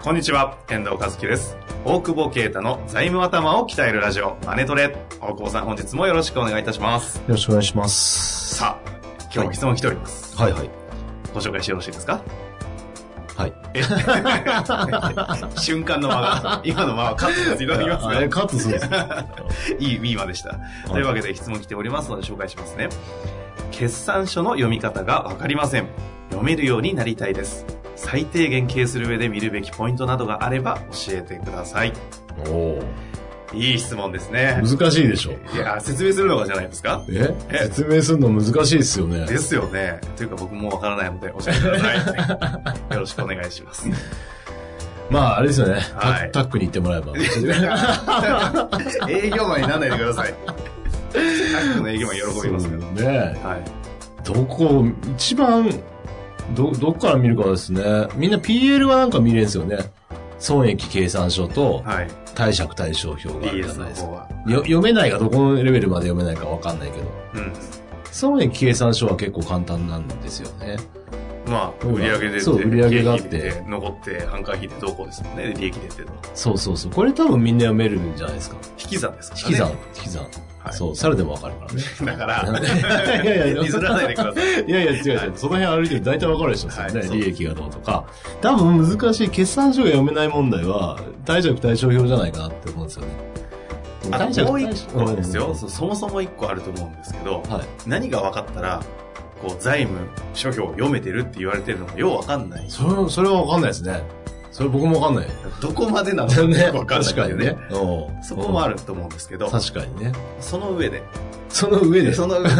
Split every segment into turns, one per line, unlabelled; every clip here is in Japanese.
こんにちは、遠藤和樹です。大久保啓太の財務頭を鍛えるラジオ、マネトレ。大久保さん、本日もよろしくお願いいたします。
よろしくお願いします。
さあ、今日も質問来ております。
はいはい。
ご紹介してよろしいですか
はい。
瞬間の間 が、今の間はカットさせていただきます
あ
が
れ、カットするんですか
いい、いい間でした。というわけで質問来ておりますので紹介しますね。決算書の読み方がわかりません。読めるようになりたいです。最低限経営する上で見るべきポイントなどがあれば教えてください。
お
いい質問ですね。
ー難しいでしょ。
いやー、説明するのがじゃないですか
え
え
説明するの難しいですよね。
ですよね。というか僕もわからないので教えてください。 よろしくお願いします。
まあ、あれですよね。タ
はい
タックに行ってもらえば。
営業マンにならないでください。タックの営業マン喜びます
そ
か
う
ら。
ね。
はい。
どこ、一番、ど、どっから見るかですね。みんな PL はなんか見れるんですよね。損益計算書と、
はい。
貸借対照表があるじゃ
BS
ないで
の
すか。
方は。
よ読めないがどこのレベルまで読めないかわかんないけど。
うん。
損益計算書は結構簡単なんですよね。
まあ、売上出て、
そう売上があって
利益出残って、販管費でどうこうですもんね。利益出てと。
そうそうそう。これ多分みんな読めるんじゃないですか。
引き算ですからね。
引き算、引き算。
はい
そう、猿でもわかるから
だ
ね。
から、
いや いや
譲 らないでください。
いやいや、違う違う。その辺歩いてると大体わかるでしょ、
はい
それね
そう
利益がどうとか。多分難しい、決算書が読めない問題は、対借対照表じゃないかなって思うんですよね。
あともう一個
うん
ですよ。そうそもそも一個あると思うんですけど、
はい。
何が分かったら、こう、財務諸表を読めてるって言われてるのがよう分かんない。
それ、それはわかんないですね。それ僕もわかんない。
どこまでなの かよく分かんない
確
んだ
か
よ
に
ね
ね。。うん
そこもあると思うんですけど、
確かにね。
その上で。
その上で。
その上で。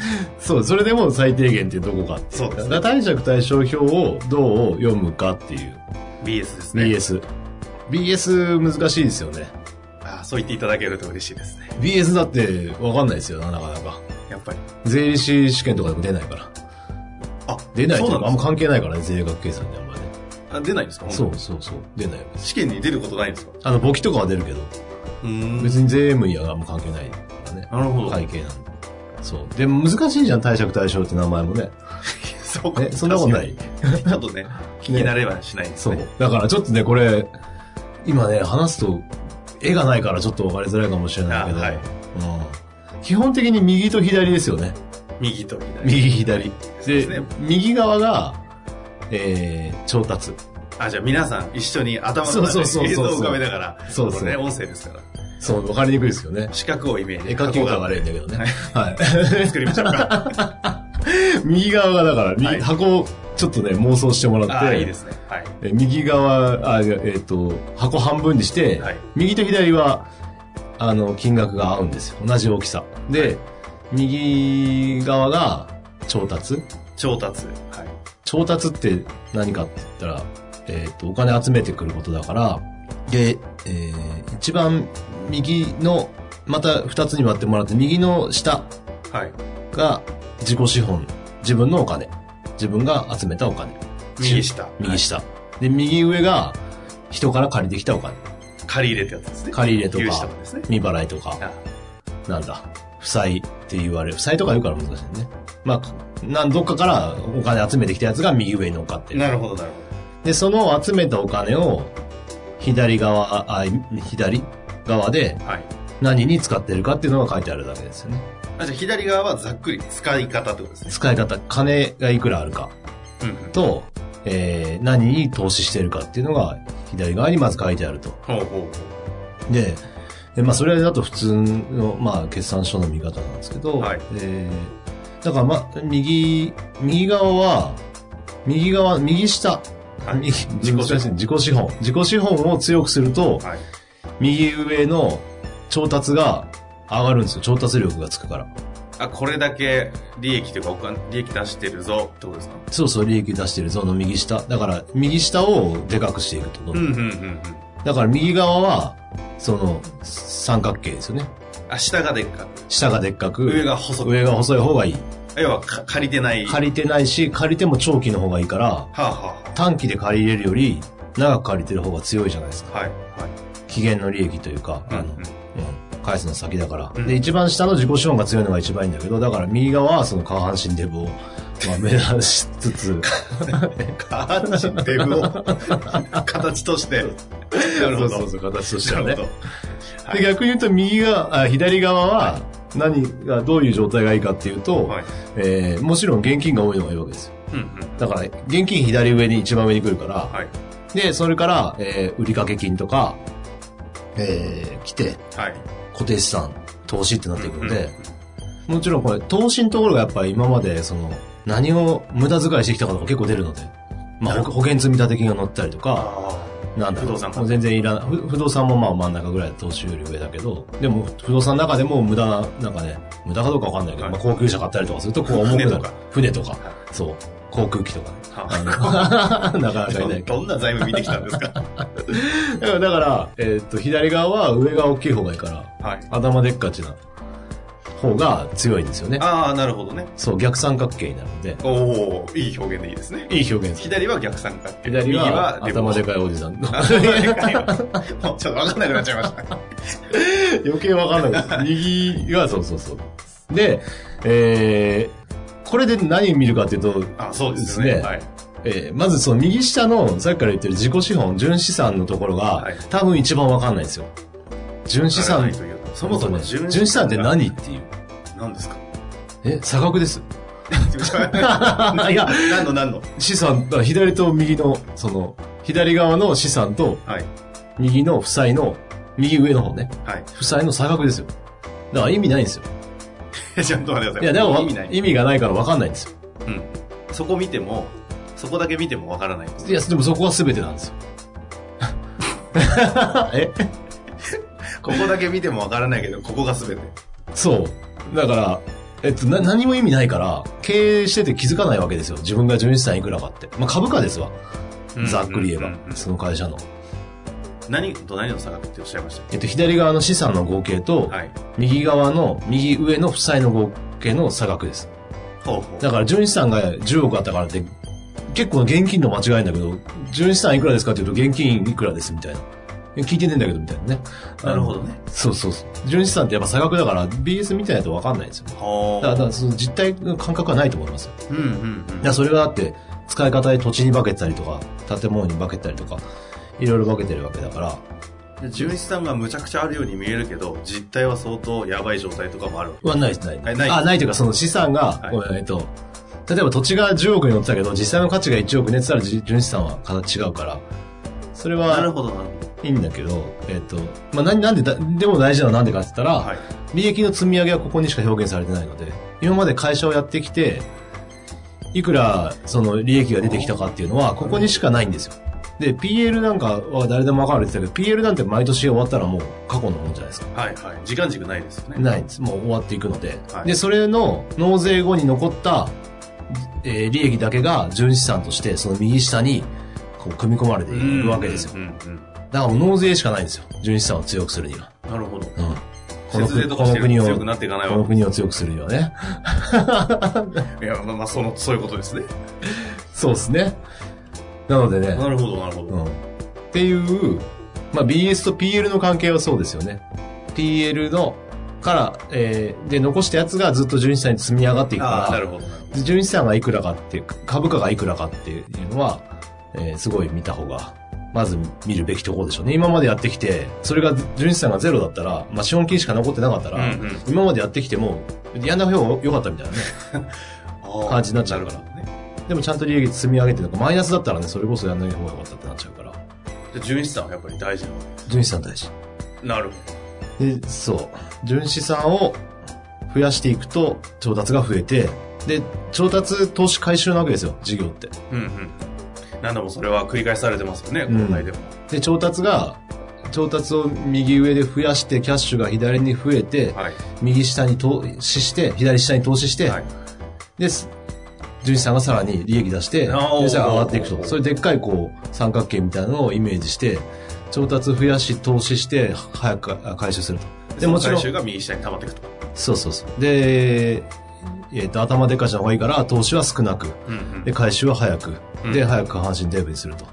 そう、それでも最低限ってどこかっていう。
そうですね
だから貸借対照表をどう読むかっていう。
BS ですね。
BS。BS 難しいですよね。
あそう言っていただけると嬉しいですね。
BS だってわかんないですよな、なかなか。
やっぱり。
税理士試験とかでも出ないから。
あ、
出ないと
そ
いう
な
うか
んで
あん
す
ま
か
関係ないからね、税額計算にあんまりね。
あ出ないんですか
そう。そうそう。出ないよ。
試験に出ることないんですか
あの、簿記とかは出るけど、
うーん
別に税務にはあんま関係ないからね。
なるほど。
会計なんで。そう。でも難しいじゃん、貸借対照って名前もね。
そう
え、そんなことない。
確かにちょっとね、気になればしないです
そ
ね。
う。だからちょっとね、これ、今ね、話すと、絵がないからちょっと分かりづらいかもしれないけど、
あはい
うん、基本的に右と左ですよね。
右と左。
右、左。
そうで
で、
すね。
右側が、えー、調達。
あ、じゃあ皆さん一緒に頭の
そう
中
そうそうそう
で映像を浮かべながら、
そうそう
これね、音声ですから。
そう、分かりにくいですよね。
四角をイメージ。
絵描き歌が悪いんだけど ね。はい。
作りましょうか。
右側がだから、右
はい
箱をちょっとね、妄想してもら
あ
っ
あ、
て、
いいですね。はい。
え右側、あいやえっ、と、箱半分にして、
はい
右と左は、あの、金額が合うんですよ。同じ大きさ。で、右側が調達。
調達。はい。
調達って何かって言ったら、えっ、と、お金集めてくることだから、で、えー一番右の、また二つに割ってもらって、右の下
はい。
が自己資本。自分のお金。自分が集めたお金。
右下。
右下。で、右上が人から借りてきたお金。
借り入れってやつですね。
借り入れとか
融資とかですね。
未払いとか、
あ
なんだ、負債って言われる。負債とか言うから難しいよね。まあ、なんどっかからお金集めてきたやつが右上に乗っかってる。
なるほど、なるほ
で、その集めたお金を、左側、あ、あい左側で
ど。はい。
何に使ってるかっていうのが書いてあるだけですよね。
あじゃあ左側はざっくり使い方ってことですね。
使い方、金がいくらあるか
うんうん。
と、えー、何に投資してるかっていうのが左側にまず書いてあると。
ほうほうほう。
で、でまあ、それだと普通の、まあ、決算書の見方なんですけど、
はい
えーだから、まあ、右、右側は、右側、右下、
はい
右
自己資本
難しい自己資本。自己資本を強くすると、
はい。
右上の調達が上がるんですよ。調達力がつくから。
あ、これだけ利益というか、お金、利益出してるぞってことですか
そうそう、利益出してるゾーンの右下。だから、右下をでかくしていくってこと。
うんうんうんうん。
だから、右側は、その、三角形ですよね。
あ、下がでっか。
下がでっかく、
上が細く
上が細い方がいい。
要は、か借りてない。は
借りてないし、借りても長期の方がいいから、
あ、は
短期で借りれるより、長く借りてる方が強いじゃないです
あ、
か。
はい、は
期限の利益というか、あ
い。うん
の
うん、
うん、返すの先だから、
うん
で一番下の自己資本が強いのが一番いいんだけどだから右側はその下半身デブを、ま あ、目指しつつ
下半身デブを 形として。なるほど。
そうそうそう形としては
な
ね
るほど。はい
で逆に言うと右側あ左側は何がどういう状態がいいかっていうと、
はい。
えーもちろん現金が多いのがいいわけですよ
うんうん。
だから現金左上に一番上に来るから、
はい。
でそれから、えー売掛金とか、えー来て
はい。
固定資産投資ってなっていくので、
うんうん
もちろんこれ、投資のところがやっぱり今まで、その、何を無駄遣いしてきたかとか結構出るので、ま
な
あ、
る
保保険積立金が乗ったりとか、
あ
なんだろう
不動産か
もう全然いらない。ふ不動産もまあ真ん中ぐらいで投資より上だけど、でも不動産の中でも無駄な、なんかね、無駄かどうかわかんないけど、
はい
まあ高級車買ったりとかするとこう重くなる。
船とか。
船とか
い。
そう。航空機とかね。
あ。
あ
は
のなかなか
あ
いないけど
どんな財務見てきたんです か
だからだから、えーっと、左側は上が大きい方がいいから、
はい。
頭でっかちな方が強いんですよね。
ああ、なるほどね。
そう、逆三角形になるので、
おおいい表現でいいですね。
いい表現です
左は逆三角形。
左
右
は
デブ
頭でかいおじさんの。
頭でかいわ。 もうちょっとわかんなくなっちゃいました。
余計わかんないです。右がそうそうそう。で、えー、これで何を見るかっていうと、
あ、そうですよね。
ですね
はい。
えーまずその右下の、さっきから言ってる自己資本、純資産のところが、
はい
多分一番わかんないんですよ。純資
なら
産
ない、というそもそも
ね純
純
資産って何っていう。
何です か
え、差額です。
い
いや
何の何の
資産、あ左と右の、その、左側の資産と、
はい。
右の負債の、右上の方ね。
はい
負債の差額ですよ。だから意味ないんですよ。
いや。 ちゃんと待ってください。
いや、でも
意味ない。
意味がないから分かんないんですよ。
そこ見ても、そこだけ見てもわからないです。
いや、でもそこは全てなんですよ。 え
ここだけ見てもわからないけど、ここが全て。
そう。だから、えっと、な、何も意味ないから、経営してて気づかないわけですよ。自分が純資産いくらかって。まあ、株価ですわ。ざっくり言え
うんうんうんう
ば。
ん
その会社の。
何と何の差額っておっしゃいまし
えっと、左側の資産の合計と
た、はい。
右側の、右上の負債の合計の差額です。
ほうほう。
だから、純資産が10億あったからって、結構現金の間違いなんだけど、純資産いくらですかって言うと、現金いくらですみたいな。え聞いてねえんだけど、みたいなね。
なるほどね。
そうそうそう。純資産ってやっぱ差額だから、BS みたいなと分かんないんですよ。
ほ
だ
う
から、だからその実態の感覚はないと思いますよ。
うんうん
いや、それはだって、使い方で土地に化けてたりとか、建物に化けてたりとか、いろいろ化けてるわけだから、
うん。純資産がむちゃくちゃあるように見えるけど、実態は相当やばい状態とかもある。
はないです、ない
はいない
あ、ないというか、その資産が、
はい
ごめんえっと、例えば土地が10億に乗ってたけど、実際の価値が1億ねって言ったら、じ純資産は形違うから、それ
なる
は
ほどなるほ
いいんだけど、えっと、まあ、な、なんでだ、でも大事なのはなんでかって言ったら、
ど。はい。
利益の積み上げはここにしか表現されてないので、今まで会社をやってきて、いくらその利益が出てきたかっていうのは、ここにしかないんですよ。で、PL なんかは誰でもわかるって言ってたけど、PL なんて毎年終わったらもう過去のもんじゃないですか。
はいはい。時間軸ないですよね。
ないんです。もう終わっていくので。
はい
で、それの納税後に残った、えー利益だけが純資産として、その右下に、こう、組み込まれているわけですよ
う。んうん
だからもう納税しかないんですよ。純資産を強くするには。
うん。なるほど。
うん。この
節税
国
とか
この
してる
国
と
を、
強くなっていかない
この
わ
国を強くするに はね。
け。いや、まあまあ、その、そういうことですね。
そうですね。なのでね、
なるほど、なるほ
う
ど。
ん。っていう、まあ、BS と PL の関係はそうですよね。PL の、から、えー、で、残したやつがずっと純資産に積み上がっていく
ああ、な
か
るほど。なるほ
ら、純資産がいくらかっていう、株価がいくらかっていうのは、えー、すごい見た方が、まず見るべきところでしょうね。今までやってきて、それが、純資産がゼロだったら、まあ、資本金しか残ってなかった
ど
ら、
うんうん
今までやってきても、やんな方が良かったみたいなね。
あー
感じになっちゃうから
るほどね。
でもちゃんと利益積み上げてるのか、マイナスだったらね、それこそやんない方が良かったってなっちゃうから。
じゃあ純資産はやっぱり大事なわけで
純資産大事。
す。なるほ
で、そう。純資産を増やしていくと、調達が増えて、で、調達投資回収なわけですよ、事業って。
ど。うんうん。何度もそれは繰り返されてますよね、
うん
国内でも。
で、調達が、調達を右上で増やして、キャッシュが左に増えて、
はい。
右下に投資して、左下に投資して、
はい。
で、す純資産がさらに利益出して、
あー
純資産が上がっていく
おー
と。それでっかいこう、三角形みたいなのをイメージして、調達増やし、投資して、早くあ回収すると。で、もちろん
最、終が右下に溜まっていくと。
そうそうそう。で、えっ、と、頭でっかちな方がいいから、投資は少なく、
うんうん
で、回収は早く、で、
うん
早く下半身デブにすると。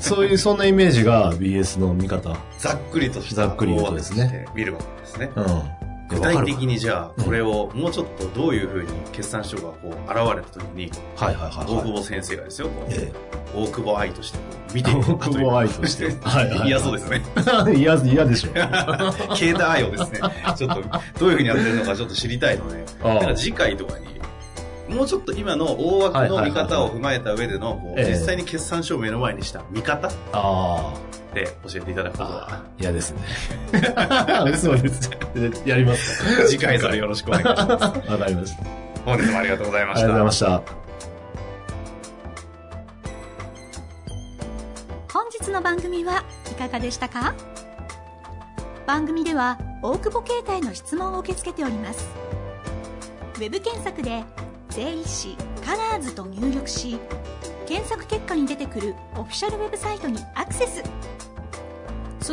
そういう、そんなイメージが BS の見方。
ざっくりとした
ざっくりとです
大
ね
枠として見るわけですね。
うん。
具
わか
体
る
的にじゃあ、これをもうちょっとどういうふうに決算書がこう現れたときに、
かはいはいはい、
大
はい
久保先生がですよ、こう
え
大久保愛としてこう見
え。
てい
大
るか
久
いう
保愛 として。はいはい。
嫌そう ですね。
す。嫌、嫌でし ょ。
携帯愛をですね、ちょっとどういうふうにやってるのかちょっと知りたいので、だから次回とかに、もうちょっと今の大枠の見方を踏まえた上での、こう
ええ
実際に決算書を目の前にした見方
ああー。
で教えていただくことは、
嫌ですね。 嘘です。 やりますか。
次回それよろしくお願いします。
わかりました。あ
本日もありがとうございま
りが
し
とうござい
た。
ました。
本日の番組はいかがでしたか番組では大久保携帯の質問を受け付けておりますウェブ検索で「税理士カラーズと入力し検索結果に出てくるオフィシャルウェブサイトにアクセスそ